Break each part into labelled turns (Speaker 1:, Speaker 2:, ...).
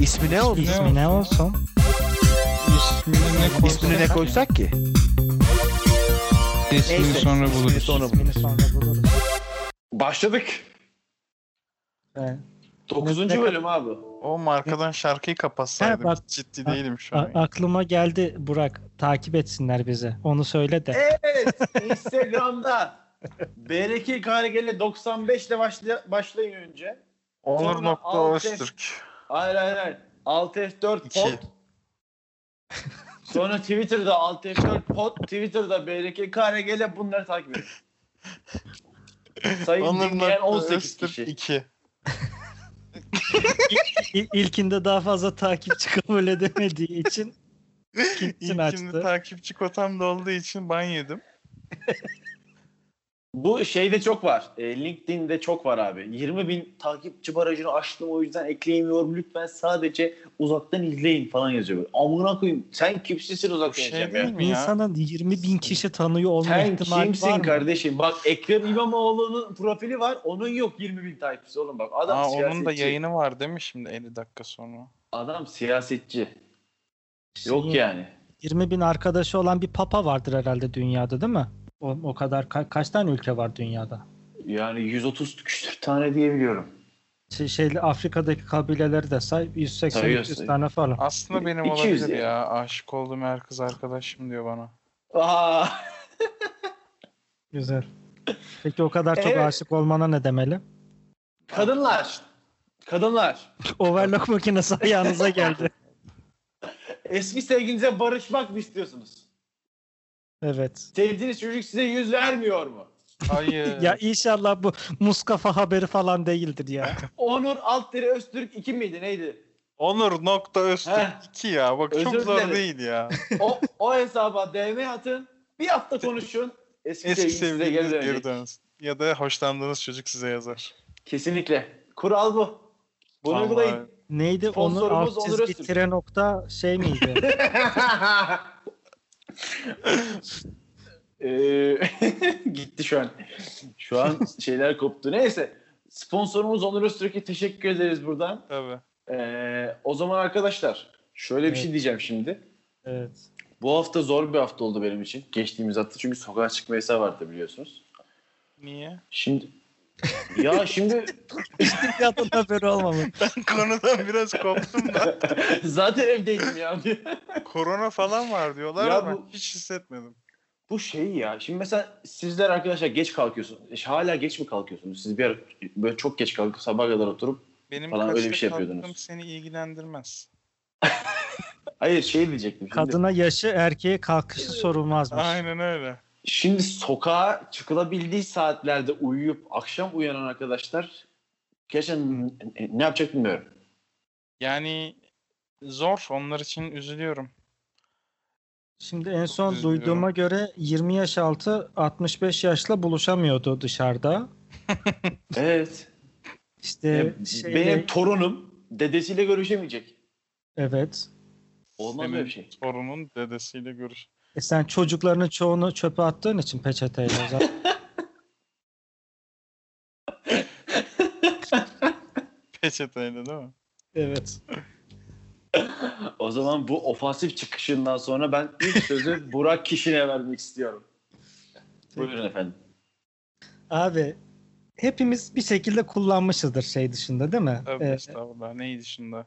Speaker 1: İsmi ne oldu?
Speaker 2: İsmi ne olsun?
Speaker 3: İsmini ne koysak?
Speaker 1: İsmini ne koysak ki?
Speaker 3: İsmini
Speaker 1: Neyse,
Speaker 3: sonra
Speaker 1: ismini
Speaker 3: buluruz.
Speaker 1: sonra buluruz.
Speaker 2: İsmini sonra buluruz.
Speaker 4: Başladık.
Speaker 2: Evet.
Speaker 4: 9.
Speaker 2: Ne- ne-
Speaker 4: bölüm abi.
Speaker 5: O arkadan şarkıyı kapatsaydım.
Speaker 2: Ha, bak-
Speaker 5: Ciddi
Speaker 2: Ha,
Speaker 5: değilim şu
Speaker 2: A-
Speaker 5: an.
Speaker 2: aklıma geldi Burak. Takip etsinler bizi. Onu söyle de.
Speaker 4: Evet. Instagram'da BRK Kargele 95 ile başla, başlayın önce.
Speaker 5: Onur
Speaker 4: Sonra
Speaker 5: nokta
Speaker 4: alt F-
Speaker 5: Öztürk.
Speaker 4: Hayır hayır hayır. Alt F4
Speaker 5: İki.
Speaker 4: pot. Sonra Twitter'da Alt F4 pot. Twitter'da BRK Kargele bunları takip edin. Sayın
Speaker 5: Onur
Speaker 4: dinleyen
Speaker 5: nokta
Speaker 4: 18
Speaker 5: Öztürk
Speaker 4: kişi.
Speaker 5: 2.
Speaker 2: İl- ilkinde daha fazla takipçi kabul edemediği için açtı.
Speaker 5: İlkinde takipçi kotam da olduğu için ban yedim.
Speaker 4: Bu şeyde çok var. E, LinkedIn'de çok var abi. 20 bin takipçi barajını aştım o yüzden ekleyemiyorum. Lütfen sadece uzaktan izleyin falan yazıyor. Böyle. Amına koyayım sen kimsin
Speaker 5: Bu
Speaker 4: uzaktan
Speaker 5: şey
Speaker 4: izleyeceğim ya.
Speaker 5: değil mi ya?
Speaker 2: İnsanın 20 bin kişi tanıyor olma
Speaker 4: Sen
Speaker 2: ihtimali var
Speaker 4: kimsin
Speaker 2: mı?
Speaker 4: kardeşim? Bak Ekrem İmamoğlu'nun profili var. Onun yok 20 bin takipçisi oğlum bak. Adam
Speaker 5: Aa,
Speaker 4: siyasetçi.
Speaker 5: onun da yayını var değil mi şimdi 50 dakika sonra?
Speaker 4: Adam siyasetçi.
Speaker 5: Şey-
Speaker 2: Senin
Speaker 4: Yok yani.
Speaker 2: 20 bin arkadaşı olan bir papa vardır herhalde dünyada değil mi? O, o kadar ka- kaç tane ülke var dünyada?
Speaker 4: Yani 130 küsür tane diyebiliyorum.
Speaker 2: Şey, şeyli Afrika'daki kabileleri de say 180
Speaker 4: Sayıyor,
Speaker 2: 300
Speaker 4: sayıyor.
Speaker 2: tane falan.
Speaker 5: Aslında benim
Speaker 4: 200
Speaker 5: olabilir
Speaker 4: yani.
Speaker 5: ya. Aşık olduğum her kız arkadaşım diyor bana.
Speaker 4: Aa,
Speaker 2: Güzel. Peki o kadar çok
Speaker 4: Evet.
Speaker 2: aşık olmana ne demeli?
Speaker 4: kadınlar. Kadınlar.
Speaker 2: Overlock makinesi ayağınıza geldi.
Speaker 4: Eski sevgilinize barışmak mı istiyorsunuz?
Speaker 2: Evet.
Speaker 4: Sevdiğiniz çocuk size yüz vermiyor mu?
Speaker 5: Hayır.
Speaker 2: Ya inşallah bu muskafa haberi falan değildir ya.
Speaker 4: Onur Altdere Öztürk 2 miydi neydi?
Speaker 5: Onur nokta Öztürk
Speaker 4: Heh.
Speaker 5: 2 ya. Bak çok
Speaker 4: Özür
Speaker 5: zor
Speaker 4: dilerim.
Speaker 5: değil ya.
Speaker 4: O, o hesaba DM atın. Bir hafta konuşun. Eski,
Speaker 5: Eski
Speaker 4: sevgiliniz Şey, size geri
Speaker 5: sevgiliniz
Speaker 4: dönecek.
Speaker 5: geri dönsün. Ya da hoşlandığınız çocuk size yazar.
Speaker 4: Kesinlikle. Kural bu. Bunu
Speaker 5: Vallahi.
Speaker 4: uygulayın.
Speaker 2: Neydi onu
Speaker 4: Sponsorumuz
Speaker 2: alt
Speaker 4: Onur
Speaker 2: çizgi
Speaker 4: Öztürk.
Speaker 2: tire nokta şey miydi?
Speaker 4: Ee, gitti şu an. Şu an şeyler koptu. Neyse. Sponsorumuz Onur Öztürk'e teşekkür ederiz buradan.
Speaker 5: Tabii.
Speaker 4: Ee, o zaman arkadaşlar şöyle bir
Speaker 2: Evet.
Speaker 4: şey diyeceğim şimdi.
Speaker 2: evet.
Speaker 4: Bu hafta zor bir hafta oldu benim için. Geçtiğimiz hafta çünkü sokağa çıkma yasağı vardı biliyorsunuz.
Speaker 5: Niye?
Speaker 4: Şimdi ya şimdi
Speaker 2: Dünyadan haberi olmamış.
Speaker 5: Konudan biraz koptum da.
Speaker 4: zaten evdeydim ya.
Speaker 5: Korona falan var diyorlar
Speaker 4: Ya
Speaker 5: ama
Speaker 4: bu-
Speaker 5: hiç hissetmedim.
Speaker 4: Bu şey ya. Şimdi mesela sizler arkadaşlar geç kalkıyorsunuz. Hala geç mi kalkıyorsunuz? Siz bir ara böyle çok geç kalkıp sabah kadar oturup
Speaker 5: Benim
Speaker 4: Falan öyle
Speaker 5: kaçta
Speaker 4: bir şey
Speaker 5: kalktığım
Speaker 4: yapıyordunuz.
Speaker 5: seni ilgilendirmez.
Speaker 4: hayır şey diyecektim. Şimdi,
Speaker 2: Kadına yaşı erkeğe kalkışı sorulmazmış.
Speaker 5: Aynen öyle.
Speaker 4: şimdi sokağa çıkılabildiği saatlerde uyuyup akşam uyanan arkadaşlar geçen ne yapacak bilmiyorum.
Speaker 5: Yani zor. Onlar için üzülüyorum.
Speaker 2: Şimdi en son
Speaker 5: Üzülüyorum.
Speaker 2: duyduğuma göre 20 yaş altı 65 yaşla buluşamıyordu dışarıda.
Speaker 4: Evet.
Speaker 2: İşte
Speaker 4: Ya,
Speaker 2: şeyle-
Speaker 4: benim torunum dedesiyle görüşemeyecek.
Speaker 2: evet.
Speaker 4: Olmaz
Speaker 5: Senin
Speaker 4: böyle bir şey.
Speaker 5: Torunun dedesiyle görüş.
Speaker 2: E sen çocuklarının çoğunu çöpe attığın için peçeteyle zaten.
Speaker 5: Peçeteyle değil mi?
Speaker 2: evet.
Speaker 4: O zaman bu ofansif çıkışından sonra ben ilk sözü Burak Kişin'e vermek istiyorum. Buyurun efendim.
Speaker 2: Abi hepimiz bir şekilde kullanmışızdır şey dışında değil mi?
Speaker 5: Tabii
Speaker 2: Ee,
Speaker 5: estağfurullah. Neydi şimdi?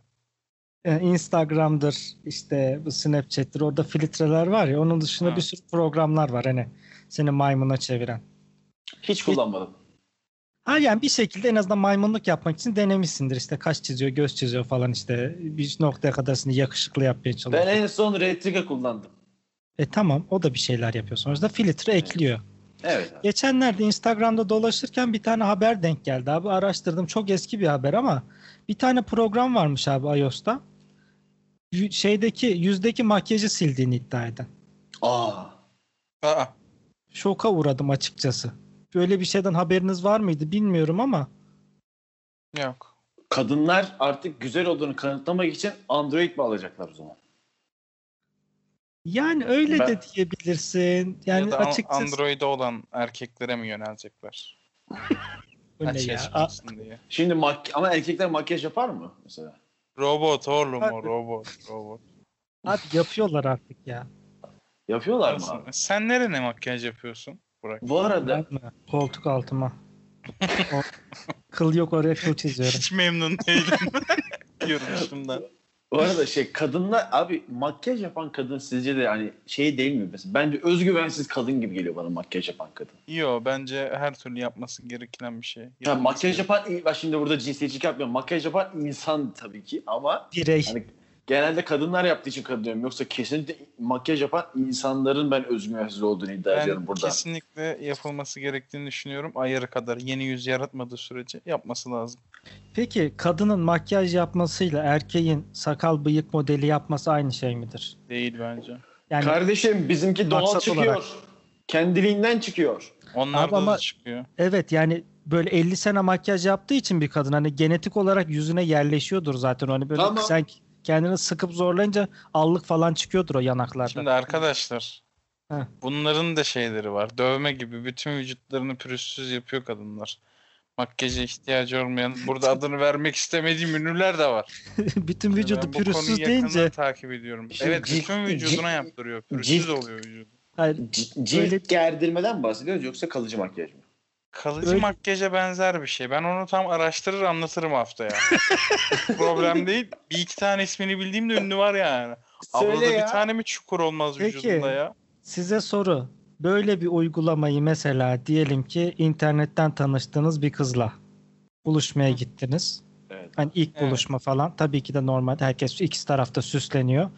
Speaker 2: e, Instagram'dır işte bu Snapchat'tir orada filtreler var ya onun dışında
Speaker 5: Ha.
Speaker 2: bir sürü programlar var hani seni maymuna çeviren.
Speaker 4: Hiç kullanmadım.
Speaker 2: Ha yani bir şekilde en azından maymunluk yapmak için denemişsindir. İşte kaş çiziyor, göz çiziyor falan işte. Bir noktaya kadar seni yakışıklı yapmaya çalışıyor.
Speaker 4: Ben en son Retrika kullandım.
Speaker 2: E tamam o da bir şeyler yapıyor sonuçta. Filtre ekliyor.
Speaker 4: Evet. abi.
Speaker 2: Geçenlerde Instagram'da dolaşırken bir tane haber denk geldi abi. Araştırdım çok eski bir haber ama bir tane program varmış abi iOS'ta. Yü- Şeydeki yüzdeki makyajı sildiğini iddia eden.
Speaker 4: Aa.
Speaker 5: Aa,
Speaker 2: Şoka uğradım açıkçası. Böyle bir şeyden haberiniz var mıydı bilmiyorum ama
Speaker 5: yok.
Speaker 4: Kadınlar artık güzel olduğunu kanıtlamak için Android mi alacaklar o zaman?
Speaker 2: yani öyle
Speaker 4: Ben-
Speaker 2: de diyebilirsin.
Speaker 5: ya
Speaker 2: Yani
Speaker 5: da an-
Speaker 2: açıkçası
Speaker 5: Android'e olan erkeklere mi yönelecekler?
Speaker 2: Bu ne
Speaker 5: Açığa
Speaker 2: ya? A-
Speaker 5: çıkmasın diye.
Speaker 4: Şimdi mak ama erkekler makyaj yapar mı mesela?
Speaker 5: Robot oğlum o
Speaker 2: Hadi.
Speaker 5: robot. robot.
Speaker 2: Abi yapıyorlar artık ya.
Speaker 4: Yapıyorlar mı abi?
Speaker 5: Nasıl- Sen nerene makyaj yapıyorsun? Burak.
Speaker 4: Bu arada
Speaker 2: Yapma. Koltuk altıma. O- kıl yok oraya kıl çiziyorum.
Speaker 5: Hiç memnun değilim. Görünüşümden.
Speaker 4: bu arada şey kadınlar abi makyaj yapan kadın sizce de hani şey değil mi mesela? Bence özgüvensiz kadın gibi geliyor bana makyaj yapan kadın.
Speaker 5: Yo bence her türlü yapması gereken bir şey.
Speaker 4: Ya makyaj yapan ben şimdi burada cinsiyetçilik yapmıyorum. Makyaj yapan insan tabii ki ama
Speaker 2: Birey.
Speaker 4: hani genelde kadınlar yaptığı için kadın diyorum. Yoksa kesinlikle makyaj yapan insanların ben özgüvensiz olduğunu iddia ediyorum
Speaker 5: ben
Speaker 4: burada.
Speaker 5: kesinlikle yapılması gerektiğini düşünüyorum. Ayarı kadar yeni yüz yaratmadığı sürece yapması lazım.
Speaker 2: Peki kadının makyaj yapmasıyla erkeğin sakal bıyık modeli yapması aynı şey midir?
Speaker 5: Değil bence.
Speaker 2: Yani
Speaker 4: Kardeşim bizimki doğal
Speaker 2: Maksat
Speaker 4: çıkıyor.
Speaker 2: olarak.
Speaker 4: Kendiliğinden çıkıyor.
Speaker 5: Onlar
Speaker 2: Abi
Speaker 5: da,
Speaker 2: ama-
Speaker 5: çıkıyor.
Speaker 2: evet yani böyle 50 sene makyaj yaptığı için bir kadın hani genetik olarak yüzüne yerleşiyordur zaten. Hani böyle
Speaker 4: Tamam.
Speaker 2: sen kendini sıkıp zorlayınca allık falan çıkıyordur o yanaklarda.
Speaker 5: Şimdi arkadaşlar
Speaker 2: Heh.
Speaker 5: bunların da şeyleri var. Dövme gibi bütün vücutlarını pürüzsüz yapıyor kadınlar. Makyaja ihtiyacı olmayan, burada adını vermek istemediğim ünlüler de var.
Speaker 2: Bütün vücudu
Speaker 5: Ben bu
Speaker 2: pürüzsüz
Speaker 5: konuyu yakından
Speaker 2: deyince
Speaker 5: takip ediyorum.
Speaker 4: Şimdi
Speaker 5: Evet,
Speaker 4: cilt-
Speaker 5: bütün vücuduna
Speaker 4: cilt-
Speaker 5: yaptırıyor. Pürüzsüz
Speaker 4: cilt-
Speaker 5: oluyor vücudu.
Speaker 2: hayır,
Speaker 4: C- cilt
Speaker 2: Öyle-
Speaker 4: gerdirmeden mi bahsediyoruz yoksa kalıcı makyaj mı?
Speaker 5: Kalıcı
Speaker 2: Öyle-
Speaker 5: makyaja benzer bir şey. Ben onu tam araştırır anlatırım haftaya. Problem değil. Bir iki tane ismini bildiğim de ünlü var yani. Ablada
Speaker 4: Söyle ya.
Speaker 5: bir tane mi çukur olmaz
Speaker 2: Peki.
Speaker 5: vücudunda ya?
Speaker 2: size soru. Böyle bir uygulamayı mesela diyelim ki internetten tanıştığınız bir kızla buluşmaya gittiniz.
Speaker 4: Evet.
Speaker 2: Hani ilk
Speaker 5: Evet.
Speaker 2: buluşma falan. Tabii ki de normal herkes ikisi tarafta süsleniyor.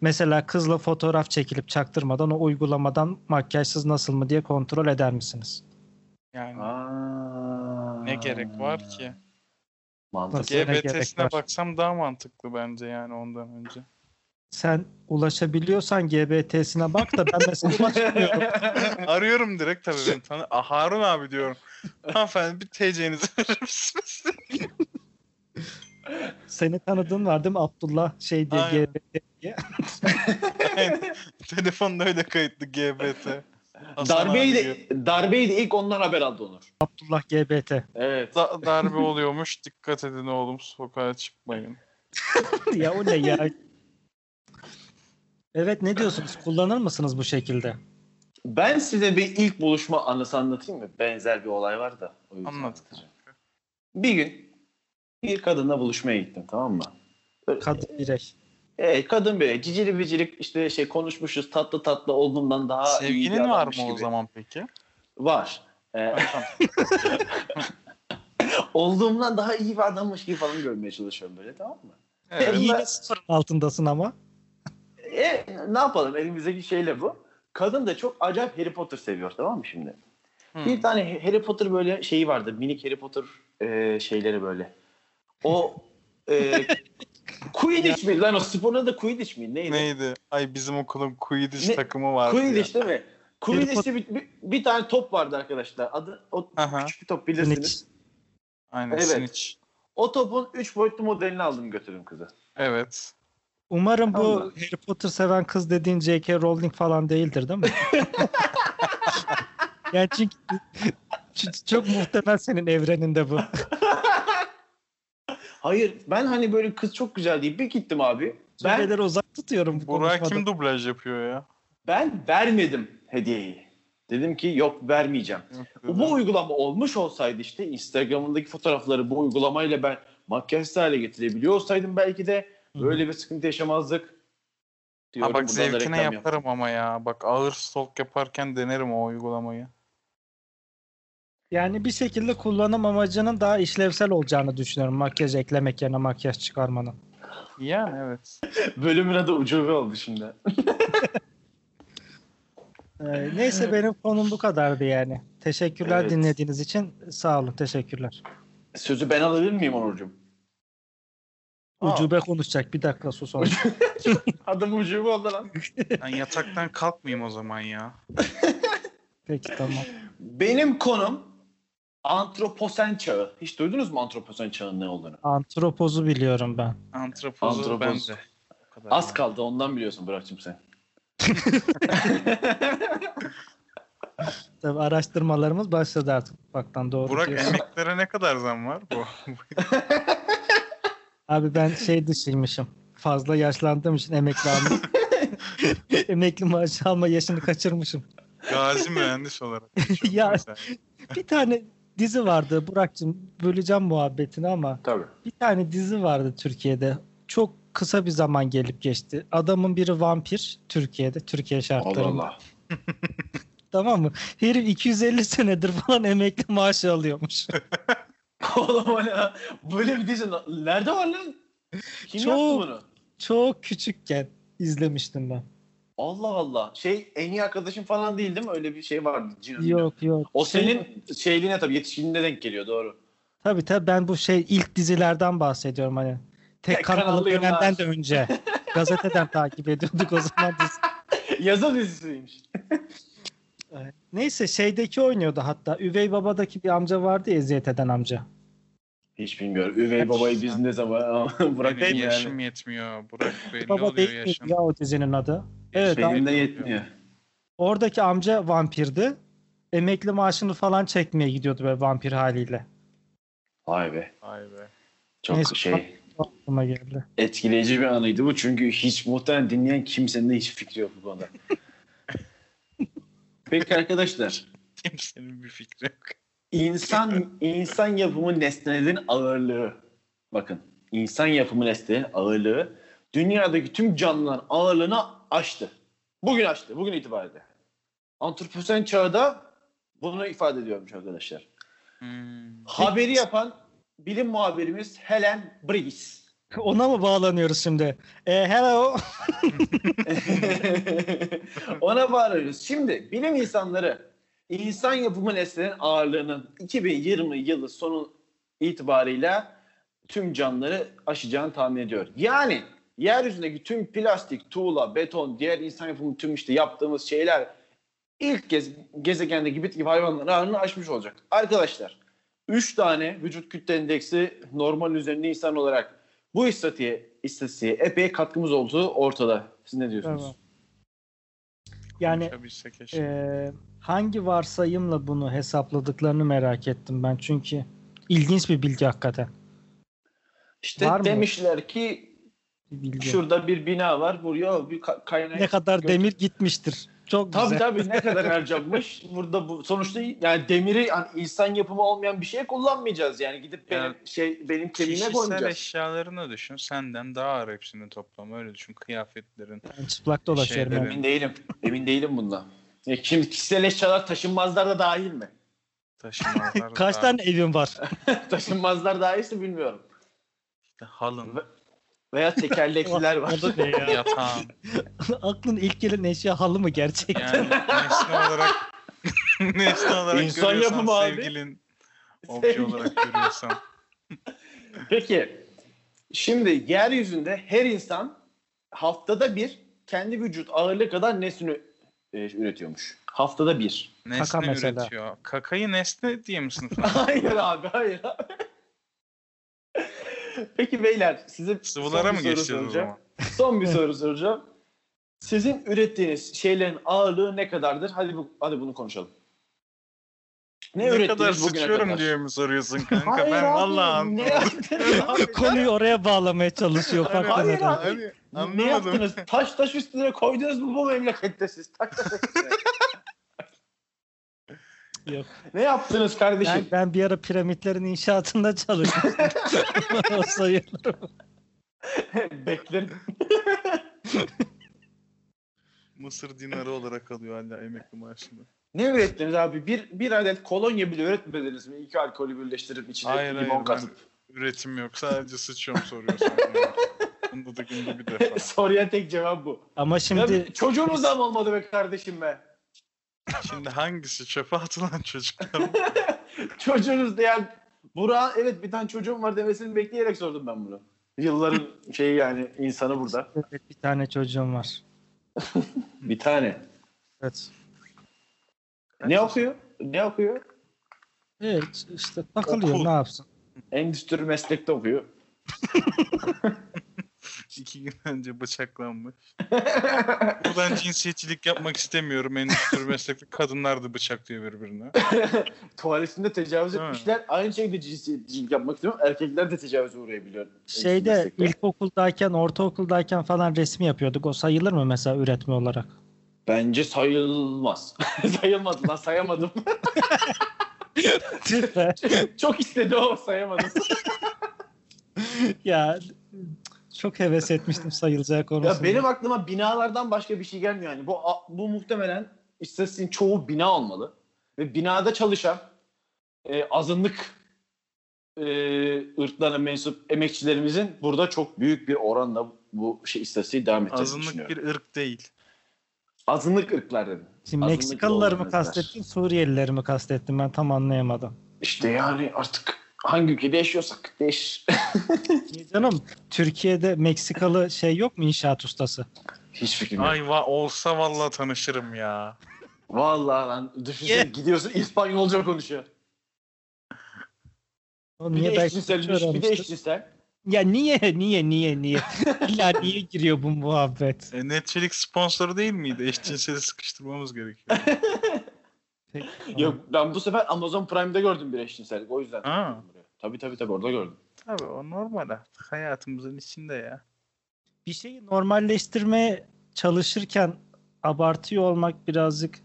Speaker 2: Mesela kızla fotoğraf çekilip çaktırmadan o uygulamadan makyajsız nasıl mı diye kontrol eder misiniz?
Speaker 5: Yani
Speaker 4: Aa.
Speaker 5: ne gerek var ki?
Speaker 4: Mantıklı.
Speaker 2: Nasıl? ne gerek
Speaker 5: GBT'sine
Speaker 2: var?
Speaker 5: baksam daha mantıklı bence yani ondan önce.
Speaker 2: Sen ulaşabiliyorsan GBT'sine bak da ben mesela ulaşamıyorum.
Speaker 5: Arıyorum direkt tabii ben tanı. Ah, Harun abi diyorum. Hanımefendi bir TC'nizi verir misiniz?
Speaker 2: Seni tanıdığın var değil mi Abdullah şey diye
Speaker 5: Aynen.
Speaker 2: GBT
Speaker 5: Aynen. Telefonda öyle kayıtlı GBT. Hasan
Speaker 4: Darbeyi
Speaker 5: abi diyor.
Speaker 4: de, darbeyi de ilk ondan haber aldı Onur.
Speaker 2: Abdullah GBT.
Speaker 4: Evet.
Speaker 5: Da- darbe oluyormuş. Dikkat edin oğlum sokağa çıkmayın.
Speaker 2: ya o ne ya? Evet ne diyorsunuz? Kullanır mısınız bu şekilde?
Speaker 4: Ben size bir ilk buluşma anısı anlatayım mı? Benzer bir olay var da. o yüzden
Speaker 5: Anlat.
Speaker 4: anlatacağım. Bir gün bir kadınla buluşmaya gittim tamam mı?
Speaker 2: Kadın birey.
Speaker 4: E, kadın böyle cicili bicili işte şey konuşmuşuz tatlı tatlı olduğundan daha iyi bir
Speaker 5: Sevgilin var mı
Speaker 4: adammış
Speaker 5: o
Speaker 4: gibi.
Speaker 5: zaman peki?
Speaker 4: Var. E, olduğumdan daha iyi bir adammış gibi falan görmeye çalışıyorum böyle tamam mı?
Speaker 5: Evet.
Speaker 4: Bunlar-
Speaker 2: İyi de sıfırın altındasın ama. Hani
Speaker 4: E, ne yapalım elimizdeki şeyle bu. Kadın da çok acayip Harry Potter seviyor tamam mı şimdi?
Speaker 5: Hmm.
Speaker 4: Bir tane Harry Potter böyle şeyi vardı. Minik Harry Potter e, şeyleri böyle. O e, Quidditch miydi lan o sporun adı Quidditch miydi neydi?
Speaker 5: Neydi? Ay bizim okulun Quidditch
Speaker 4: Ne-
Speaker 5: takımı vardı. ya.
Speaker 4: Quidditch değil mi? Quidditch'te bir, bir, bir tane top vardı arkadaşlar. Adı o
Speaker 5: Aha.
Speaker 4: küçük bir top bilirsiniz.
Speaker 5: Aynen
Speaker 4: Evet.
Speaker 5: Snitch.
Speaker 4: O topun 3 boyutlu modelini aldım götürdüm kızı.
Speaker 5: Evet.
Speaker 2: Umarım bu
Speaker 4: Allah.
Speaker 2: Harry Potter seven kız dediğin J.K. Rowling falan değildir değil mi? yani çünkü çünkü çok muhtemel senin evreninde bu.
Speaker 4: Hayır ben hani böyle kız çok güzel diye bir gittim abi. Ben
Speaker 2: Süreleri uzak tutuyorum bu
Speaker 5: Burak
Speaker 2: konuşmadan.
Speaker 5: kim dublaj yapıyor ya?
Speaker 4: ben vermedim hediyeyi. Dedim ki yok vermeyeceğim. Bu uygulama olmuş olsaydı işte Instagram'ındaki fotoğrafları bu uygulamayla ben makyajsız hale getirebiliyor olsaydım belki de
Speaker 2: Hı.
Speaker 4: böyle bir sıkıntı yaşamazdık.
Speaker 5: Ha
Speaker 4: Diyorum,
Speaker 5: bak
Speaker 4: buradan da reklam
Speaker 5: zevkine
Speaker 4: yap-
Speaker 5: yaparım ama ya. Bak ağır stalk yaparken denerim o uygulamayı.
Speaker 2: Yani bir şekilde kullanım amacının daha işlevsel olacağını düşünüyorum. Makyaj eklemek yerine makyaj çıkarmanın.
Speaker 5: Yani evet.
Speaker 4: Bölümün adı ucube oldu şimdi.
Speaker 2: Ee, neyse benim konum bu kadardı yani. Teşekkürler
Speaker 4: Evet.
Speaker 2: dinlediğiniz için. Sağ olun teşekkürler.
Speaker 4: Sözü ben alabilir miyim Onurcuğum?
Speaker 5: Aa.
Speaker 2: Ucube konuşacak bir dakika sus onu.
Speaker 4: Adım ucube oldu lan.
Speaker 5: Ben yataktan kalkmayayım o zaman ya.
Speaker 2: Peki tamam.
Speaker 4: Benim konum antroposen çağı. Hiç duydunuz mu antroposen çağın ne olduğunu?
Speaker 2: Antropozu biliyorum ben.
Speaker 5: Antropozu
Speaker 4: Antropoz.
Speaker 5: bence. O kadar
Speaker 4: Az
Speaker 5: ya.
Speaker 4: kaldı ondan biliyorsun Burak'cığım sen.
Speaker 2: Tabii araştırmalarımız başladı artık ufaktan doğru
Speaker 5: Burak
Speaker 2: diyorsun.
Speaker 5: emeklere ne kadar zam var bu?
Speaker 2: Abi ben şey dışıymışım. Fazla yaşlandığım için emekli alma. emekli maaşı alma yaşını kaçırmışım.
Speaker 5: Gazi mühendis olarak. geçiyorum.
Speaker 2: Ya. Bir tane dizi vardı Burak'cığım böleceğim muhabbetini ama
Speaker 4: Tabii.
Speaker 2: bir tane dizi vardı Türkiye'de. Çok kısa bir zaman gelip geçti. Adamın biri vampir Türkiye'de, Türkiye
Speaker 4: Allah
Speaker 2: şartlarında.
Speaker 4: Allah.
Speaker 2: Tamam mı? Herif 250 senedir falan emekli maaşı alıyormuş.
Speaker 4: Oğlum hala böyle bir dizi nerede var lan? Kim
Speaker 2: Çok.
Speaker 4: yaptı bunu?
Speaker 2: Çok küçükken izlemiştim ben.
Speaker 4: Allah Allah. Şey en iyi arkadaşım falan değil değil mi? Öyle bir şey vardı. Cino.
Speaker 2: Yok yok.
Speaker 4: O
Speaker 2: Şey-
Speaker 4: senin şeyliğine tabii yetişkinliğine denk geliyor doğru.
Speaker 2: Tabii tabii ben bu şey ilk dizilerden bahsediyorum hani. Tek
Speaker 4: Tek
Speaker 2: kanalı
Speaker 4: kanallı
Speaker 2: dönemden
Speaker 4: yıllar.
Speaker 2: de önce. Gazeteden takip ediyorduk o zaman dizi.
Speaker 4: Yazı dizisiymiş.
Speaker 2: Neyse şeydeki oynuyordu hatta. Üvey Baba'daki bir amca vardı ya eziyet eden amca.
Speaker 4: Hiç bilmiyorum. Üvey babayı biz ne zaman
Speaker 5: Benim
Speaker 4: bıraktık
Speaker 5: yaşım
Speaker 4: yani.
Speaker 5: yetmiyor. Burak belli
Speaker 2: Baba
Speaker 5: oluyor
Speaker 2: değil miydi
Speaker 5: yaşım.
Speaker 2: ya o dizinin adı. Evet
Speaker 5: Benim-
Speaker 2: abi,
Speaker 4: Benim de yetmiyor.
Speaker 2: oradaki amca vampirdi. Emekli maaşını falan çekmeye gidiyordu böyle vampir haliyle.
Speaker 4: Vay be.
Speaker 5: Vay be.
Speaker 4: Çok
Speaker 2: Neyse.
Speaker 4: şey
Speaker 2: O Aklıma geldi.
Speaker 4: etkileyici bir anıydı bu. Çünkü hiç muhtemelen dinleyen kimsenin de hiç fikri yok bu konuda. Peki arkadaşlar.
Speaker 5: Kimsenin bir fikri yok.
Speaker 4: İnsan insan yapımı nesnelerin ağırlığı. Bakın, insan yapımı nesnelerin ağırlığı dünyadaki tüm canlıların ağırlığını aştı. Bugün aştı, bugün itibariyle. Antroposen çağda bunu ifade ediyormuş arkadaşlar.
Speaker 5: Hmm.
Speaker 4: Haberi yapan bilim muhabirimiz Helen Briggs.
Speaker 2: Ona mı bağlanıyoruz şimdi? E, hello.
Speaker 4: Ona bağırıyoruz. Şimdi bilim insanları insan yapımı nesnelerin ağırlığının 2020 yılı sonu itibarıyla tüm canlıları aşacağını tahmin ediyor. Yani yeryüzündeki tüm plastik, tuğla, beton, diğer insan yapımı tüm işte yaptığımız şeyler ilk kez gezegendeki bitki ve hayvanların ağırlığını aşmış olacak. Arkadaşlar 3 tane vücut kütle endeksi normal üzerinde insan olarak bu istatistiğe, istatistiğe epey katkımız olduğu ortada. Siz ne diyorsunuz?
Speaker 2: Tamam. Yani
Speaker 5: Konuşabilsek keşke.
Speaker 2: Ee, hangi varsayımla bunu hesapladıklarını merak ettim ben çünkü ilginç bir bilgi hakikaten.
Speaker 4: İşte
Speaker 2: Var mı?
Speaker 4: demişler ki
Speaker 2: Bir bilgi.
Speaker 4: şurada bir bina var buraya bir ka- kaynak.
Speaker 2: ne kadar
Speaker 4: Gö-
Speaker 2: demir gitmiştir. Çok
Speaker 4: Tabii
Speaker 2: güzel.
Speaker 4: tabii ne kadar harcanmış. Burada bu sonuçta yani demiri yani insan yapımı olmayan bir şey kullanmayacağız yani gidip benim
Speaker 5: Yani
Speaker 4: şey benim kemiğime
Speaker 5: Kişisel
Speaker 4: koymayacağız.
Speaker 5: eşyalarını düşün. Senden daha ağır hepsini toplama. Öyle düşün. Kıyafetlerin.
Speaker 2: Ben çıplak dolaşıyorum.
Speaker 5: Şeyleri-
Speaker 2: yani.
Speaker 4: Emin değilim. Emin değilim bundan. E şimdi kişisel eşyalar taşınmazlar da dahil mi?
Speaker 5: Taşımalar.
Speaker 2: Kaç
Speaker 5: daha-
Speaker 2: tane evim var?
Speaker 4: taşınmazlar dahilse bilmiyorum.
Speaker 5: işte halın,
Speaker 4: Veya tekerlekliler var.
Speaker 2: O da ne ya?
Speaker 5: yatağın.
Speaker 2: Aklın ilk gelen eşya halı mı gerçekten?
Speaker 5: Yani nesne olarak nesne olarak
Speaker 4: İnsan
Speaker 5: görüyorsan
Speaker 4: yapımı abi.
Speaker 5: sevgilin obje olarak görüyorsan.
Speaker 4: Peki. Şimdi yeryüzünde her insan haftada bir kendi vücut ağırlığı kadar nesne e, üretiyormuş. Haftada bir.
Speaker 5: Nesne
Speaker 2: Kaka mesela.
Speaker 5: üretiyor. Kakayı nesne diye mi sınıflandırıyorsun?
Speaker 4: hayır abi hayır abi. Peki beyler size
Speaker 5: Sıvılara
Speaker 4: son
Speaker 5: mı
Speaker 4: bir soru
Speaker 5: geçeceğiz o
Speaker 4: soracağım.
Speaker 5: zaman?
Speaker 4: Son bir soru soracağım. Sizin ürettiğiniz şeylerin ağırlığı ne kadardır? Hadi bu, hadi bunu konuşalım.
Speaker 5: Ne,
Speaker 4: ürettiniz
Speaker 5: kadar
Speaker 4: bugüne
Speaker 5: sıçıyorum
Speaker 4: kadar?
Speaker 5: diye mi soruyorsun kanka?
Speaker 4: Hayır
Speaker 5: ben
Speaker 4: abi,
Speaker 5: vallahi
Speaker 4: ne yaptınız abi?
Speaker 2: Konuyu oraya bağlamaya çalışıyor.
Speaker 5: Hayır,
Speaker 2: farkında
Speaker 4: hayır
Speaker 2: değil.
Speaker 4: abi.
Speaker 5: Hani
Speaker 4: Ne
Speaker 5: anlamadım.
Speaker 4: yaptınız? Taş taş üstüne koydunuz mu bu memlekette siz? Taş taş üstüne.
Speaker 2: Yok.
Speaker 4: Ne yaptınız kardeşim?
Speaker 2: Ben, ben bir ara piramitlerin inşaatında çalışmıştım. o sayılır.
Speaker 4: Beklerim.
Speaker 5: Mısır dinarı olarak alıyor hala emekli maaşını.
Speaker 4: Ne ürettiniz abi? Bir, bir adet kolonya bile üretmediniz mi? İki alkolü birleştirip içine
Speaker 5: Hayır,
Speaker 4: limon
Speaker 5: hayır,
Speaker 4: katıp.
Speaker 5: Üretim yok. Sadece sıçıyorum soruyorsun. Yani. Bunda da günde bir defa.
Speaker 4: Soruya tek cevap bu.
Speaker 2: Ama
Speaker 4: Ya
Speaker 2: şimdi
Speaker 4: bir çocuğumuz da mı olmadı be kardeşim be?
Speaker 5: Şimdi hangisi çöpe atılan çocuklar?
Speaker 4: Çocuğunuz da yani. Burak'ın evet bir tane çocuğum var demesini bekleyerek sordum ben bunu. Yılların şeyi yani insanı burada.
Speaker 2: Evet, bir tane çocuğum var.
Speaker 4: Bir tane.
Speaker 2: Evet.
Speaker 4: Ne okuyor? Ne okuyor?
Speaker 2: Evet işte takılıyor
Speaker 5: Okul.
Speaker 2: ne yapsın.
Speaker 4: Endüstri meslekte okuyor.
Speaker 5: iki gün önce bıçaklanmış. Buradan cinsiyetçilik yapmak istemiyorum. Endüstri meslekli kadınlar da bıçaklıyor birbirine.
Speaker 4: Tuvaletinde tecavüz
Speaker 5: Ha.
Speaker 4: etmişler. Aynı şekilde cinsiyetçilik yapmak istemiyorum. Erkekler de tecavüze uğrayabiliyor.
Speaker 2: Şeyde
Speaker 4: Meslekte.
Speaker 2: ilkokuldayken, ortaokuldayken falan resmi yapıyorduk. O sayılır mı mesela üretme olarak?
Speaker 4: Bence sayılmaz. sayılmadı lan sayamadım.
Speaker 2: Tüh be.
Speaker 4: Çok istedi o sayamadım.
Speaker 2: ya çok heves etmiştim sayılacağı
Speaker 4: ya
Speaker 2: konusunda.
Speaker 4: benim aklıma binalardan başka bir şey gelmiyor. Yani bu bu muhtemelen istatistiğin çoğu bina olmalı. Ve binada çalışan e, azınlık e, ırklarına mensup emekçilerimizin burada çok büyük bir oranla bu şey istatistiği devam edeceğini
Speaker 5: Azınlık
Speaker 4: düşünüyorum.
Speaker 5: bir ırk değil.
Speaker 4: Azınlık ırklar dedim.
Speaker 2: Şimdi
Speaker 4: Azınlık
Speaker 2: Meksikalıları mı
Speaker 4: olmazlar.
Speaker 2: kastettin, Suriyelileri mi kastettin ben tam anlayamadım.
Speaker 4: İşte yani artık hangi ülkede yaşıyorsak değiş.
Speaker 2: Niye Canım Türkiye'de Meksikalı şey yok mu inşaat ustası?
Speaker 4: Hiç fikrim yok.
Speaker 5: Ay va- olsa valla tanışırım ya.
Speaker 4: Vallahi lan düşünsene
Speaker 2: Ye.
Speaker 4: gidiyorsun İspanyolca konuşuyor.
Speaker 2: Oğlum
Speaker 4: Bir
Speaker 2: niye
Speaker 4: de
Speaker 2: belki
Speaker 4: eşcinselmiş, bir de
Speaker 2: öğrenmiştir?
Speaker 4: eşcinsel.
Speaker 2: Ya niye niye niye niye? İlla niye giriyor bu muhabbet?
Speaker 5: E, Netçelik sponsoru değil miydi? Eşcinseli sıkıştırmamız gerekiyor.
Speaker 2: Peki,
Speaker 4: Yok ben bu sefer Amazon Prime'de gördüm bir eşcinsellik o yüzden.
Speaker 5: Ha.
Speaker 4: Tabii tabii tabii orada gördüm.
Speaker 5: Tabii o normal artık hayatımızın içinde ya.
Speaker 2: Bir şeyi normalleştirmeye çalışırken abartıyor olmak birazcık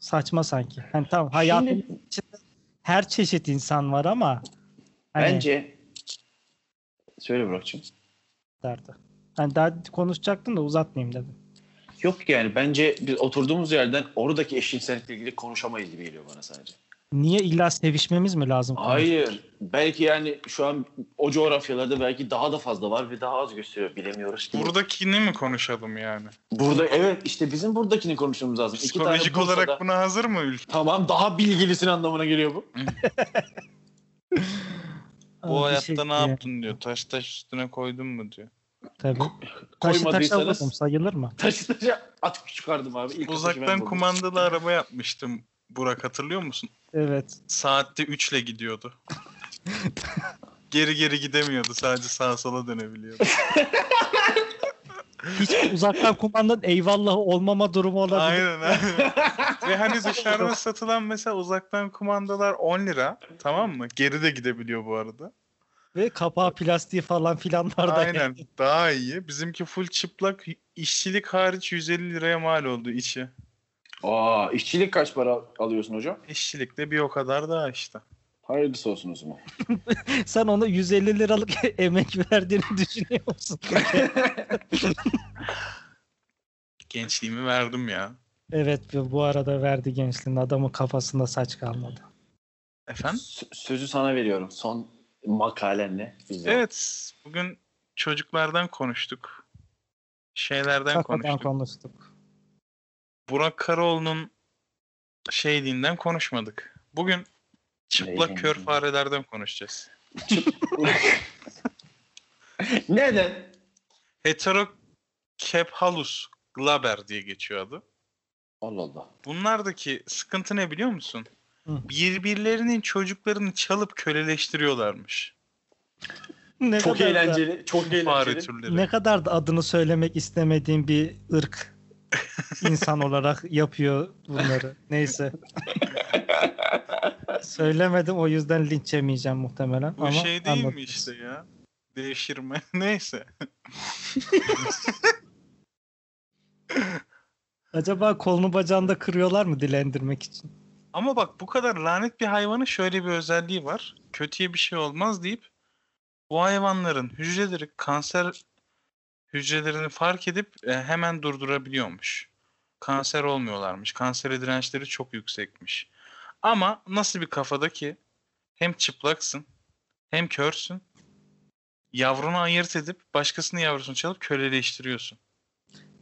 Speaker 2: saçma sanki. Hani tamam hayatın
Speaker 4: Şimdi-
Speaker 2: içinde her çeşit insan var ama hani
Speaker 4: Bence söyle Burak'cığım.
Speaker 2: derdi. Hani daha konuşacaktım da uzatmayayım dedim.
Speaker 4: Yok yani bence biz oturduğumuz yerden oradaki eşcinsellikle ilgili konuşamayız gibi geliyor bana sadece.
Speaker 2: Niye illa sevişmemiz mi lazım?
Speaker 4: Hayır. Belki yani şu an o coğrafyalarda belki daha da fazla var ve daha az gösteriyor. Bilemiyoruz ki.
Speaker 5: Buradakini mi konuşalım yani?
Speaker 4: Burada evet işte bizim buradakini konuşmamız lazım. İki tane
Speaker 5: Psikolojik olarak
Speaker 4: Bursa'da-
Speaker 5: buna hazır mı ülke?
Speaker 4: Tamam daha bilgilisin anlamına geliyor bu.
Speaker 2: Aa,
Speaker 5: Bu
Speaker 2: bir
Speaker 5: hayatta
Speaker 2: şey
Speaker 5: ne
Speaker 2: diye.
Speaker 5: yaptın diyor. Taş taş üstüne koydun mu diyor.
Speaker 2: Tabii. Taşı taşa
Speaker 4: Koymadıysanız
Speaker 2: vurdum, sayılır mı?
Speaker 4: taşı taşa atıp çıkardım abi. İlk atışı ben
Speaker 5: Uzaktan
Speaker 4: buldum.
Speaker 5: kumandalı araba yapmıştım. Burak hatırlıyor musun?
Speaker 2: Evet.
Speaker 5: Saatte 3 ile gidiyordu. geri geri gidemiyordu. Sadece sağa sola dönebiliyordu.
Speaker 2: Hiç uzaktan kumandanın eyvallah olmama durumu olabilir.
Speaker 5: aynen aynen. Ve hani dışarıda satılan mesela uzaktan kumandalar 10 lira. Tamam mı? Geri de gidebiliyor bu arada.
Speaker 2: Ve kapağı plastiği falan filanlar da.
Speaker 5: Aynen. Daha iyi. Bizimki full çıplak. işçilik hariç 150 liraya mal oldu içi.
Speaker 4: Aa işçilik kaç para alıyorsun hocam?
Speaker 5: İşçilik de bir o kadar daha işte.
Speaker 4: Hayırlısı olsun o zaman.
Speaker 2: Sen ona 150 liralık emek verdiğini düşünüyor musun?
Speaker 5: Gençliğimi verdim ya.
Speaker 2: evet bu arada verdi gençliğin adamın kafasında saç kalmadı.
Speaker 5: Efendim?
Speaker 4: Sö- sözü sana veriyorum. Son makalenle. bize.
Speaker 5: Evet. Bugün çocuklardan konuştuk. Şeylerden
Speaker 2: Kafadan
Speaker 5: konuştuk.
Speaker 2: konuştuk.
Speaker 5: Burak Karaoğlu'nun şeyliğinden konuşmadık. Bugün çıplak
Speaker 4: Neyden
Speaker 5: kör
Speaker 4: konuşalım?
Speaker 5: farelerden konuşacağız.
Speaker 4: Neden?
Speaker 5: Hetero Kephalus Glaber diye geçiyor adı.
Speaker 4: Allah Allah.
Speaker 5: Bunlardaki sıkıntı ne biliyor musun?
Speaker 2: Hı.
Speaker 5: Birbirlerinin çocuklarını çalıp köleleştiriyorlarmış.
Speaker 2: Ne
Speaker 4: Çok
Speaker 2: kadar da-
Speaker 4: eğlenceli. Çok
Speaker 5: Fare
Speaker 4: eğlenceli.
Speaker 5: türleri.
Speaker 2: Ne kadar da adını söylemek istemediğim bir ırk insan olarak yapıyor bunları. Neyse. Söylemedim o yüzden linç yemeyeceğim muhtemelen.
Speaker 5: Bu
Speaker 2: ama
Speaker 5: şey değil mi
Speaker 2: anladım.
Speaker 5: işte ya? Devşirme. Neyse.
Speaker 2: Acaba kolunu bacağını da kırıyorlar mı dilendirmek için?
Speaker 5: Ama bak bu kadar lanet bir hayvanın şöyle bir özelliği var. Kötüye bir şey olmaz deyip bu hayvanların hücreleri kanser hücrelerini fark edip e, hemen durdurabiliyormuş. Kanser olmuyorlarmış. Kansere dirençleri çok yüksekmiş. Ama nasıl bir kafadaki hem çıplaksın hem körsün. Yavrunu ayırt edip başkasının yavrusunu çalıp köleleştiriyorsun.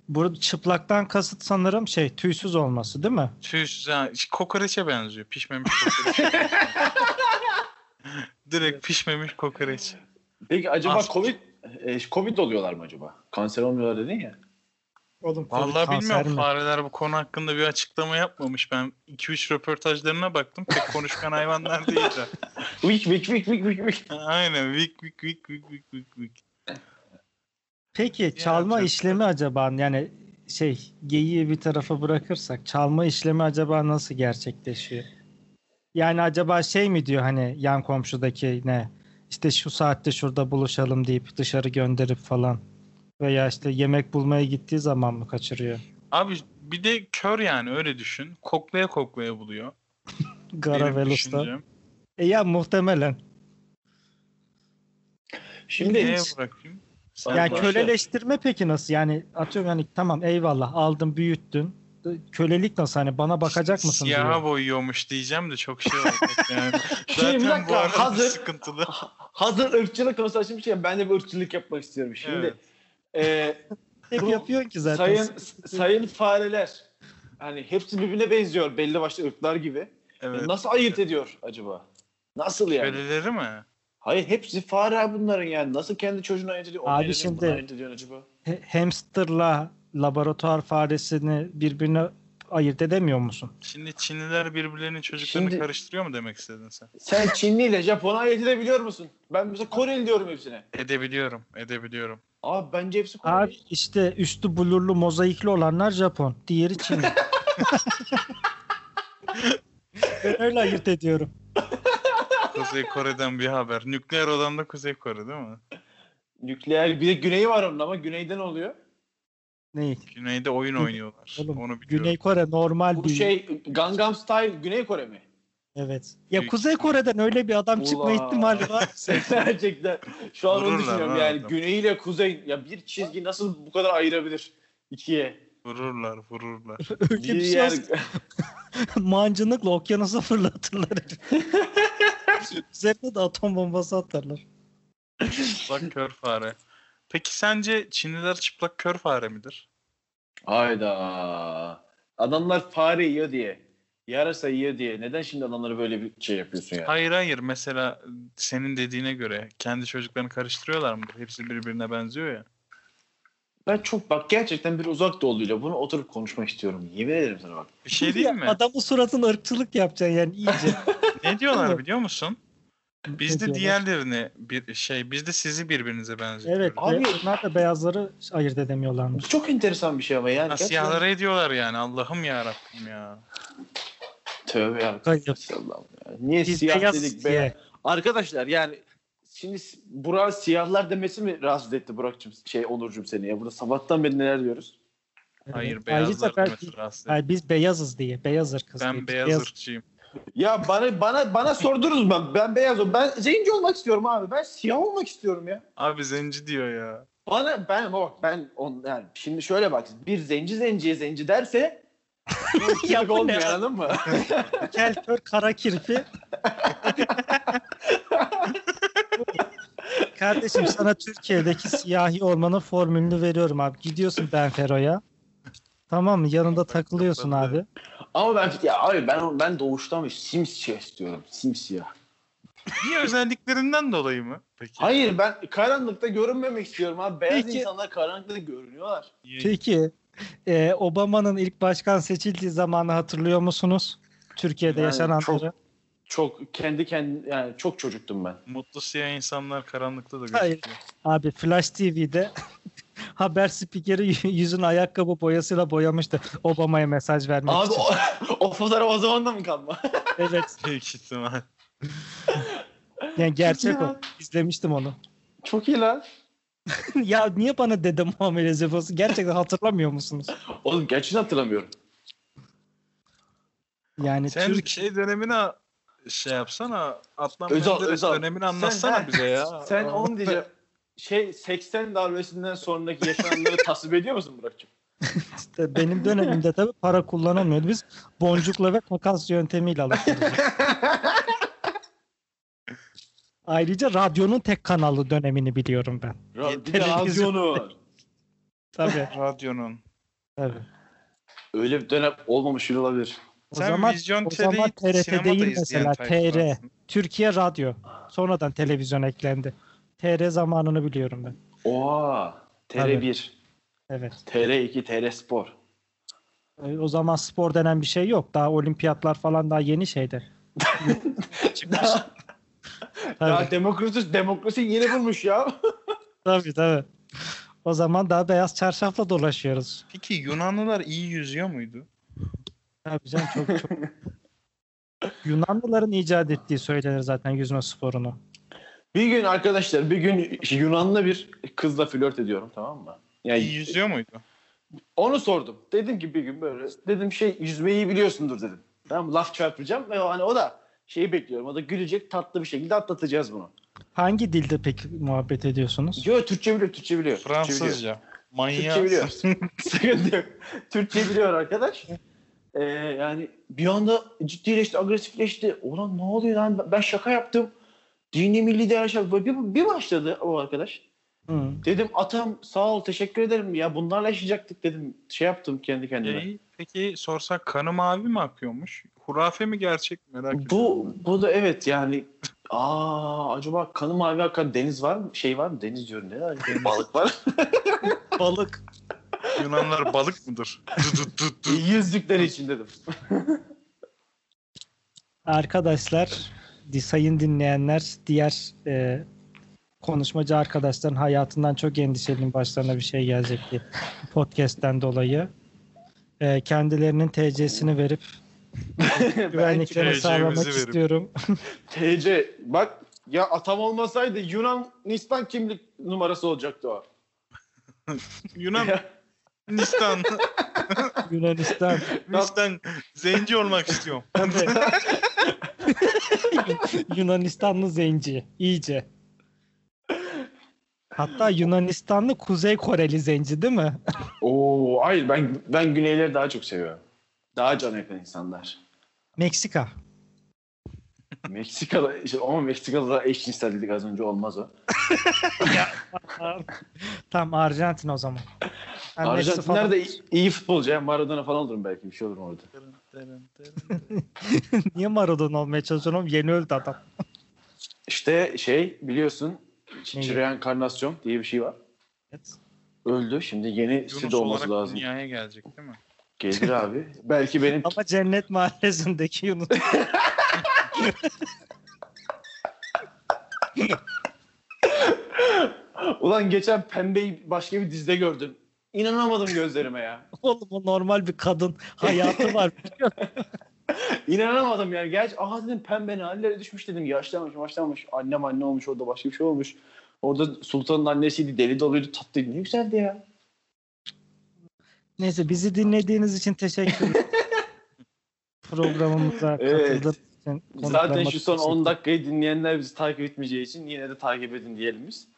Speaker 2: Burada çıplaktan kasıt sanırım şey tüysüz olması değil mi?
Speaker 5: Tüys, ha, kokoreçe benziyor. Pişmemiş kokoreç. Direkt pişmemiş kokoreç.
Speaker 4: Peki acaba
Speaker 5: Aslında-
Speaker 4: Covid e, Covid oluyorlar mı acaba? Kanser olmuyorlar dedin ya.
Speaker 2: Oğlum
Speaker 5: Vallahi
Speaker 2: kanser
Speaker 5: bilmiyorum.
Speaker 2: mi?
Speaker 5: Fareler bu konu hakkında bir açıklama yapmamış. Ben 2-3 röportajlarına baktım. Pek konuşkan hayvanlar değiller.
Speaker 4: Vik vik vik vik vik vik.
Speaker 5: Aynen. Vik vik vik vik vik vik vik.
Speaker 2: Peki çalma
Speaker 5: çok-
Speaker 2: işlemi acaba yani şey geyiği bir tarafa bırakırsak çalma işlemi acaba nasıl gerçekleşiyor? Yani acaba şey mi diyor hani yan komşudaki ne işte şu saatte şurada buluşalım deyip dışarı gönderip falan veya işte yemek bulmaya gittiği zaman mı kaçırıyor?
Speaker 5: Abi bir de kör yani öyle düşün. Koklaya koklaya buluyor. Benim
Speaker 2: Garavelus'ta.
Speaker 5: düşüncem.
Speaker 2: E ya muhtemelen.
Speaker 4: Şimdi
Speaker 5: Neye bırakayım? Sen
Speaker 4: Yani
Speaker 2: Yani
Speaker 5: bak.
Speaker 4: başka- köle-
Speaker 2: köleleştirme peki nasıl? Yani atıyorum hani tamam eyvallah aldın büyüttün. Kölelik nasıl hani bana bakacak mısın
Speaker 5: Siyaha
Speaker 2: diyor.
Speaker 5: boyuyormuş diyeceğim de çok şey olacak yani.
Speaker 4: Şimdi bir
Speaker 5: Zaten
Speaker 4: dakika,
Speaker 5: bu arada
Speaker 4: hazır-
Speaker 5: sıkıntılı.
Speaker 4: hazır ırkçılık konusu açmışken ben de bir ırkçılık yapmak istiyorum. Şimdi e,
Speaker 2: Hep
Speaker 4: bu-
Speaker 2: yapıyorsun ki zaten.
Speaker 4: sayın sayın fareler hani hepsi birbirine benziyor belli başlı ırklar gibi.
Speaker 5: Evet.
Speaker 4: Nasıl ayırt ediyor acaba? Nasıl yani?
Speaker 5: Köleleri mi?
Speaker 4: Hayır hepsi fare bunların yani. Nasıl kendi çocuğunu ayırt ediyor? onu
Speaker 2: Abi
Speaker 4: ayırt ediyor,
Speaker 2: şimdi-
Speaker 4: bunu ayırt ediyor acaba?
Speaker 2: He- hamsterla laboratuvar faresini birbirine ayırt edemiyor musun?
Speaker 5: Şimdi Çinliler birbirlerinin çocuklarını
Speaker 4: Şimdi-
Speaker 5: karıştırıyor mu demek istedin sen?
Speaker 4: Sen Çinli ile Japon'u ayırt edebiliyor musun? Ben mesela Koreli diyorum hepsine.
Speaker 5: Edebiliyorum, edebiliyorum.
Speaker 4: Abi bence hepsi Koreli.
Speaker 2: Abi işte üstü blurlu mozaikli olanlar Japon. Diğeri Çinli. ben öyle ayırt ediyorum.
Speaker 5: Kuzey Kore'den bir haber. Nükleer olan da Kuzey Kore değil mi?
Speaker 4: Nükleer bir de güneyi var onun ama güneyden oluyor.
Speaker 2: Neyi?
Speaker 5: Güneyde oyun oynuyorlar.
Speaker 2: Oğlum,
Speaker 5: Onu biliyorum.
Speaker 2: Güney Kore normal
Speaker 4: Bu
Speaker 2: bir
Speaker 4: şey Gangnam Style Güney Kore mi?
Speaker 2: Evet. Ya
Speaker 5: Büyük
Speaker 2: Kuzey Kore'den öyle bir adam çıkma
Speaker 4: Ulan.
Speaker 2: ihtimali var.
Speaker 4: Gerçekten. Şu an onu
Speaker 5: Vururlar
Speaker 4: düşünüyorum
Speaker 5: ha
Speaker 4: yani.
Speaker 5: adam.
Speaker 4: Güney ile kuzey. Ya bir çizgi nasıl bu kadar ayırabilir? ikiye?
Speaker 5: Vururlar, vururlar.
Speaker 2: öyle bir şey
Speaker 4: Yani-
Speaker 2: olsa mancınıkla okyanusa fırlatırlar. Üzerine de atom bombası atarlar.
Speaker 5: Çıplak kör fare. Peki sence Çinliler çıplak kör fare midir?
Speaker 4: Hayda. Adamlar fare yiyor diye. Yarasa yiyor diye. Neden şimdi adamları böyle bir şey yapıyorsun yani?
Speaker 5: Hayır hayır mesela senin dediğine göre kendi çocuklarını karıştırıyorlar mıdır? Hepsi birbirine benziyor ya.
Speaker 4: Ben çok bak gerçekten bir uzak doğuluyla bunu oturup konuşmak istiyorum. Yemin ederim sana bak.
Speaker 5: Bir şey değil mi?
Speaker 2: Adamın suratına ırkçılık yapacaksın yani iyice.
Speaker 5: Ne diyorlar biliyor musun? Biz de
Speaker 2: diyorlar?
Speaker 5: diğerlerini bir şey biz de sizi birbirinize benzetiyoruz.
Speaker 2: Evet.
Speaker 4: Abi-
Speaker 2: Abi, onlar da beyazları ayırt edemiyorlarmış.
Speaker 4: Bu çok enteresan bir şey ama yani.
Speaker 5: Ha,
Speaker 4: Gerçekten-
Speaker 5: siyahlara ediyorlar yani Allah'ım ya Rabbim ya.
Speaker 4: Tövbe ya.
Speaker 2: Hayır.
Speaker 4: Allah'ım ya. Niye
Speaker 2: Biz
Speaker 4: siyah
Speaker 2: beyaz
Speaker 4: dedik
Speaker 2: diye.
Speaker 4: be? Arkadaşlar yani şimdi Burak siyahlar demesi mi rahatsız etti Burak'cığım şey Onur'cum seni ya? Burada sabahtan beri neler diyoruz?
Speaker 5: Hayır
Speaker 2: Evet.
Speaker 5: beyazlar
Speaker 2: Ayrıca ben-
Speaker 5: demesi rahatsız edici.
Speaker 2: Hayır, biz beyazız diye. Beyaz ırkız diye.
Speaker 5: Ben
Speaker 2: Biz
Speaker 5: beyaz ırkçıyım.
Speaker 4: Ya bana bana bana sordunuz ben. Ben beyazım. Ben zenci olmak istiyorum abi. Ben siyah olmak istiyorum ya.
Speaker 5: Abi zenci diyor ya.
Speaker 4: Bana ben ama bak ben on, yani şimdi şöyle bak bir zenci zenciye zenci derse ya
Speaker 2: Ya bu ne
Speaker 4: olmuyor
Speaker 2: lan?
Speaker 4: anladın mı?
Speaker 2: Kel, kör, kara kirpi. Kardeşim sana Türkiye'deki siyahi olmanın formülünü veriyorum abi. Gidiyorsun Benfero'ya. Tamam mı? Yanında takılıyorsun abi.
Speaker 4: ama ben ya abi ben ben doğuştan bir simsiyah istiyorum. Simsiyah.
Speaker 5: Niye özelliklerinden dolayı mı? Peki.
Speaker 4: Hayır ben karanlıkta görünmemek istiyorum abi. Beyaz
Speaker 2: Peki.
Speaker 4: insanlar karanlıkta görünüyorlar.
Speaker 5: Niye?
Speaker 2: Peki e, Obama'nın ilk başkan seçildiği zamanı hatırlıyor musunuz? Türkiye'de
Speaker 4: Yani
Speaker 2: yaşananları.
Speaker 4: çok- Çok kendi kendi yani çok çocuktum ben.
Speaker 5: Mutlu siyah insanlar karanlıkta da
Speaker 2: Hayır.
Speaker 5: gözüküyor.
Speaker 2: Abi Flash TV'de haber spikeri yüzün ayakkabı boyasıyla boyamıştı. Obama'ya mesaj vermek
Speaker 4: Abi
Speaker 2: için.
Speaker 4: o, o fotoğraf o zaman da mı kalma?
Speaker 2: Evet.
Speaker 5: Büyük ihtimal.
Speaker 2: Yani gerçek
Speaker 4: Çok iyi
Speaker 2: o.
Speaker 4: lan.
Speaker 2: İzlemiştim onu.
Speaker 4: Çok iyi lan.
Speaker 2: ya niye bana dede muamelesi yapıyorsun? Gerçekten hatırlamıyor musunuz?
Speaker 4: Oğlum gerçekten hatırlamıyorum.
Speaker 2: Yani
Speaker 5: Sen
Speaker 2: Türk
Speaker 5: şey dönemine şey yapsana Adnan
Speaker 4: Özal,
Speaker 5: Menderes
Speaker 4: Özal.
Speaker 5: dönemini
Speaker 4: Sen-
Speaker 5: anlatsana
Speaker 4: ha,
Speaker 5: bize ya.
Speaker 4: Sen onu diyeceğim. Şey 80 darbesinden sonraki yaşananları tasvip ediyor musun Burak'cığım?
Speaker 2: de benim dönemimde tabii para kullanamıyordu. Biz boncukla ve takas yöntemiyle alışıyorduk. Ayrıca radyonun tek kanalı dönemini biliyorum ben.
Speaker 4: Ra- bir de
Speaker 2: Televizyon-
Speaker 4: radyonu.
Speaker 2: Tabii.
Speaker 5: Radyonun.
Speaker 2: tabii.
Speaker 4: Öyle bir dönem olmamış bile olabilir.
Speaker 2: O
Speaker 5: Sen
Speaker 2: zaman
Speaker 5: Vizyon
Speaker 2: o zaman
Speaker 5: TR'yi
Speaker 2: TRT
Speaker 5: sinemada
Speaker 2: değil
Speaker 5: izleyen
Speaker 2: mesela, TR.
Speaker 5: tayfansın.
Speaker 2: Türkiye Radyo. Sonradan televizyon eklendi. TR zamanını biliyorum ben.
Speaker 4: Oha. TR1,
Speaker 2: Evet.
Speaker 4: TR2, TR Spor.
Speaker 2: E, O zaman spor denen bir şey yok. Daha olimpiyatlar falan daha yeni şeyde.
Speaker 4: Daha,
Speaker 2: Tabii
Speaker 4: daha demokrasi, demokrasi yeni bulmuş ya.
Speaker 2: tabii. tabii. O zaman daha beyaz çarşafla dolaşıyoruz.
Speaker 5: Peki Yunanlılar iyi yüzüyor muydu?
Speaker 2: Tabii canım çok çok. Yunanlıların icat ettiği söylenir zaten yüzme sporunu.
Speaker 4: Bir gün arkadaşlar bir gün Yunanlı bir kızla flört ediyorum tamam mı? Yani
Speaker 5: İyi yüzüyor muydu?
Speaker 4: Onu sordum. Dedim ki bir gün böyle dedim şey yüzmeyi biliyorsundur dedim. Tamam mı? laf çarpacağım ve o- hani o da şeyi bekliyorum. O da gülecek tatlı bir şekilde atlatacağız bunu.
Speaker 2: Hangi dilde peki muhabbet ediyorsunuz?
Speaker 4: Diyor Türkçe biliyor, Türkçe biliyor. Türkçe biliyor.
Speaker 5: Fransızca.
Speaker 4: Türkçe biliyor.
Speaker 5: Manyak.
Speaker 4: Sıkıntı yok. Türkçe biliyor arkadaş. Ee, yani bir anda ciddileşti, agresifleşti. Ulan ne oluyor lan? Ben şaka yaptım. Dini milli değer şaka. Böyle Bir, bir başladı o arkadaş.
Speaker 2: Hı.
Speaker 4: Dedim atam sağ ol teşekkür ederim ya bunlarla yaşayacaktık dedim. Şey yaptım kendi kendime.
Speaker 5: İyi. Peki sorsak kanı mavi mi akıyormuş? Hurafe mi gerçek merak ediyorum.
Speaker 4: Bu bu da evet yani aa acaba kanı mavi akan deniz var mı? Şey var mı? Deniz diyorum ne? var? Balık var.
Speaker 2: Balık.
Speaker 5: Yunanlar balık mıdır? Du du du du.
Speaker 4: Yüzlükler için dedim.
Speaker 2: Arkadaşlar, di- sayın dinleyenler, diğer e, konuşmacı arkadaşların hayatından çok endişeliyim başlarına bir şey gelecek diye podcast'ten dolayı. E, kendilerinin TC'sini verip
Speaker 4: Ben hiç-
Speaker 2: güvenliklerini
Speaker 5: TC'mizi
Speaker 2: sağlamak
Speaker 5: verip.
Speaker 2: istiyorum.
Speaker 4: TC bak ya atam olmasaydı Yunanistan kimlik numarası olacaktı o.
Speaker 5: Yunan, Yunanistan,
Speaker 2: Yunanistan.
Speaker 5: Yunanistan zenci olmak istiyorum.
Speaker 2: Yunanistanlı zenci. iyice. Hatta Yunanistanlı Kuzey Koreli zenci değil mi?
Speaker 4: Oo hayır ben ben güneyleri daha çok seviyorum. Daha can yakın insanlar.
Speaker 2: Meksika.
Speaker 4: Meksika'da işte, ama Meksika'da da eşcinsel dedik az önce olmaz o.
Speaker 2: Tam Arjantin o zaman. Ben Meksika
Speaker 4: Arjantinler
Speaker 2: falan-
Speaker 4: de iyi- iyi futbolcu. ya. Maradona falan olurum belki bir şey olurum orada.
Speaker 2: Niye Maradona olmaya çalışıyorsun oğlum? Yeni öldü adam.
Speaker 4: İşte şey biliyorsun
Speaker 2: Neyi?
Speaker 4: reenkarnasyon diye bir şey var.
Speaker 2: Evet.
Speaker 4: Öldü. Şimdi yeni
Speaker 5: Yunus
Speaker 4: sitede olması
Speaker 5: olarak
Speaker 4: lazım.
Speaker 5: dünyaya gelecek değil mi?
Speaker 4: Gelir abi. Belki benim
Speaker 2: Ama Cennet Mahallesi'ndeki Yunus.
Speaker 4: Ulan geçen pembeyi başka bir dizide gördüm. İnanamadım gözlerime ya.
Speaker 2: oğlum o normal bir kadın hayatı var.
Speaker 4: İnanamadım yani. Gerçi aha dedim pembe ne hallere düşmüş dedim. Yaşlanmış yaşlanmış. Annem anne olmuş orada başka bir şey olmuş. Orada Sultan'ın annesiydi. Deli doluydu tatlıydı. Ne güzeldi ya.
Speaker 2: Neyse bizi dinlediğiniz için teşekkür ederim. Programımıza
Speaker 4: Evet.
Speaker 2: katıldığınız için.
Speaker 4: Zaten
Speaker 2: konuklarıma
Speaker 4: şu son
Speaker 2: teşekkür
Speaker 4: 10 dakikayı dinleyenler bizi takip etmeyeceği için yine de takip edin diyelim biz.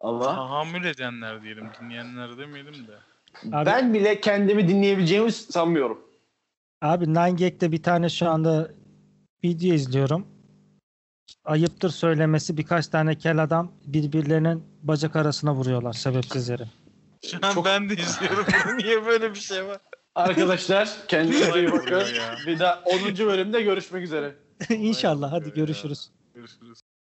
Speaker 4: Ama
Speaker 5: Tahammül edenler diyelim, dinleyenler demeyelim de.
Speaker 2: Abi-
Speaker 4: ben bile kendimi dinleyebileceğimi sanmıyorum.
Speaker 2: Abi 9gag'de bir tane şu anda video izliyorum. Ayıptır söylemesi birkaç tane kel adam birbirlerinin bacak arasına vuruyorlar sebepsiz yere.
Speaker 5: Şu an
Speaker 4: Çok-
Speaker 5: ben de izliyorum. Niye böyle bir şey var?
Speaker 4: Arkadaşlar kendinize iyi bakın.
Speaker 5: Ya.
Speaker 4: Bir daha 10. bölümde görüşmek üzere.
Speaker 2: İnşallah hadi
Speaker 5: yapıyor ya.
Speaker 2: görüşürüz.
Speaker 5: Görüşürüz.